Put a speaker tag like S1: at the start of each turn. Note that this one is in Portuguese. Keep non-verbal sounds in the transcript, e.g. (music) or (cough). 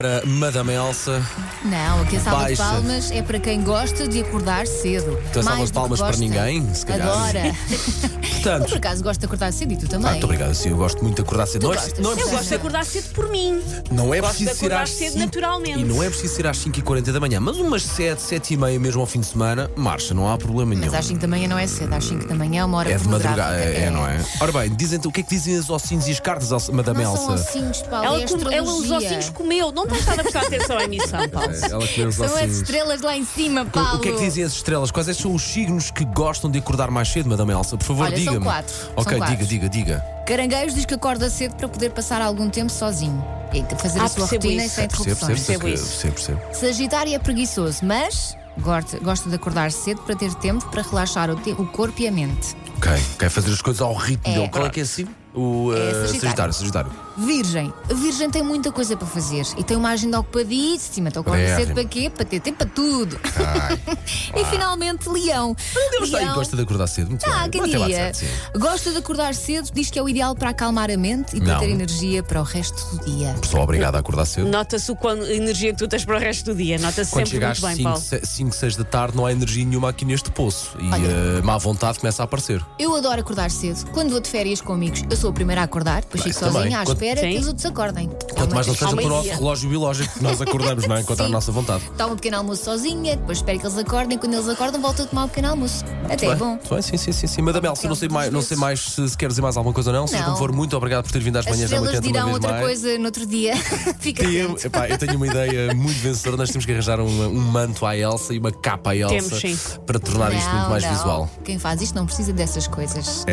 S1: Para Madame Elsa,
S2: Não, aqui a salva
S1: Baixa.
S2: de palmas é para quem gosta de acordar cedo.
S1: Então, salva
S2: Mais
S1: de
S2: do que
S1: palmas para
S2: gosta.
S1: ninguém, se calhar. (laughs)
S2: Adora. Eu,
S1: portanto.
S2: por acaso, gosto de acordar cedo e tu
S1: Ah,
S2: também.
S1: muito obrigado, sim, eu gosto muito de acordar cedo. Não é,
S2: gostas?
S1: não é
S2: Eu
S3: Eu
S1: preciso,
S3: gosto de acordar cedo por mim.
S1: não é
S3: gosto de
S1: preciso ser
S3: acordar
S1: às
S3: cedo
S1: cinco-
S3: naturalmente.
S1: E não é preciso ser às 5h40 da manhã, mas umas 7, 7 e meia mesmo ao fim de semana, marcha, não há problema nenhum.
S2: Mas às 5 da manhã não é cedo, às 5 da manhã é uma hora
S1: É de
S2: pornográfica.
S1: madrugada, é, é, não é? Ora bem, dizem o que é que dizem as ossinhos e as cartas, Elsa- Madame
S2: Não são
S1: Elsa?
S2: ossinhos, Paulo,
S3: Ela,
S2: é
S3: com-
S2: astrologia.
S3: ela os ossinhos comeu. Não tens estado a prestar atenção
S1: (laughs)
S3: à emissão, Paulo.
S1: É, Ela comeu os
S2: São as
S1: ossinhos.
S2: estrelas lá em cima, Paulo.
S1: O o que é que dizem as estrelas? Quais é que são os signos que gostam de acordar mais cedo, Madame Elsa? Por favor,
S2: Olha, são
S1: diga-me.
S2: quatro,
S1: Ok,
S2: são quatro.
S1: diga, diga, diga.
S2: Caranguejo diz que acorda cedo para poder passar algum tempo sozinho. E fazer
S3: Ah,
S2: a sua
S3: percebo
S2: rotina
S3: isso.
S2: sem
S1: Percebo, percebo,
S2: interrupções.
S1: percebo,
S3: Percebo isso.
S1: percebo, percebo.
S2: Sagitário é preguiçoso, mas gosta, gosta de acordar cedo para ter tempo para relaxar o, te- o corpo e a mente.
S1: Ok, quer fazer as coisas ao ritmo
S2: É.
S1: dele. Qual é que é assim? O
S2: É
S1: eh,
S2: Sagitário.
S1: Sagitário, Sagitário.
S2: Virgem. A Virgem tem muita coisa para fazer e tem uma agenda ocupadíssima. Então acorda
S1: Breve.
S2: cedo para quê? Para ter tempo para tudo. (laughs) e finalmente, Leão.
S1: Mas aí gosta de acordar cedo, muito
S2: Ah,
S1: bem.
S2: que
S1: Mas tem lá de
S2: dia.
S1: certo, sim.
S2: Gosta de acordar cedo, diz que é o ideal para acalmar a mente e para
S1: Não.
S2: ter energia para o resto do dia.
S1: Pessoal, obrigado a acordar cedo.
S3: Nota-se o quão- a energia que tu tens para o resto do dia. Nota-se
S1: Quando
S3: sempre
S1: chega às
S3: muito bem, Paulo.
S1: 5, 6 da tarde, não há energia nenhuma aqui neste poço. E
S2: Olha. É
S1: eh, má vontade começa a aparecer.
S2: Eu adoro acordar cedo. Quando vou de férias com amigos, eu sou a primeira a acordar, depois
S1: Bem,
S2: fico
S1: também.
S2: sozinha à
S1: Quanto-
S2: espera que
S3: Sim.
S2: os outros acordem. Então,
S1: Quanto mais não seja
S3: Ao
S1: pelo nosso
S3: meio-dia.
S1: relógio biológico, que nós acordamos,
S2: (laughs)
S1: não é? Enquanto a
S2: Sim.
S1: nossa vontade.
S2: Tomo um pequeno almoço sozinha, depois espero que eles acordem. Quando eles acordam, volto a tomar um pequeno almoço. Até é
S1: Bem,
S2: bom.
S1: muito bem, sim, sim, sim. sim. Madame Elsa, não sei
S2: Duas
S1: mais, não sei
S2: vezes.
S1: mais se, se quer dizer mais alguma coisa ou não. Seja
S2: Não.
S1: como for, muito obrigado por ter vindo às
S2: As
S1: manhãs da
S2: estrelas
S1: 80 uma
S2: dirão
S1: vez
S2: outra
S1: mais.
S2: coisa no outro dia. (laughs) Fica
S1: Eu,
S2: atento.
S1: epá, eu tenho uma ideia muito vencedora. Nós temos que arranjar um, um manto à Elsa e uma capa à Elsa
S3: Temos, sim.
S1: para tornar isto muito mais
S2: não.
S1: visual.
S2: Quem faz isto não precisa dessas coisas.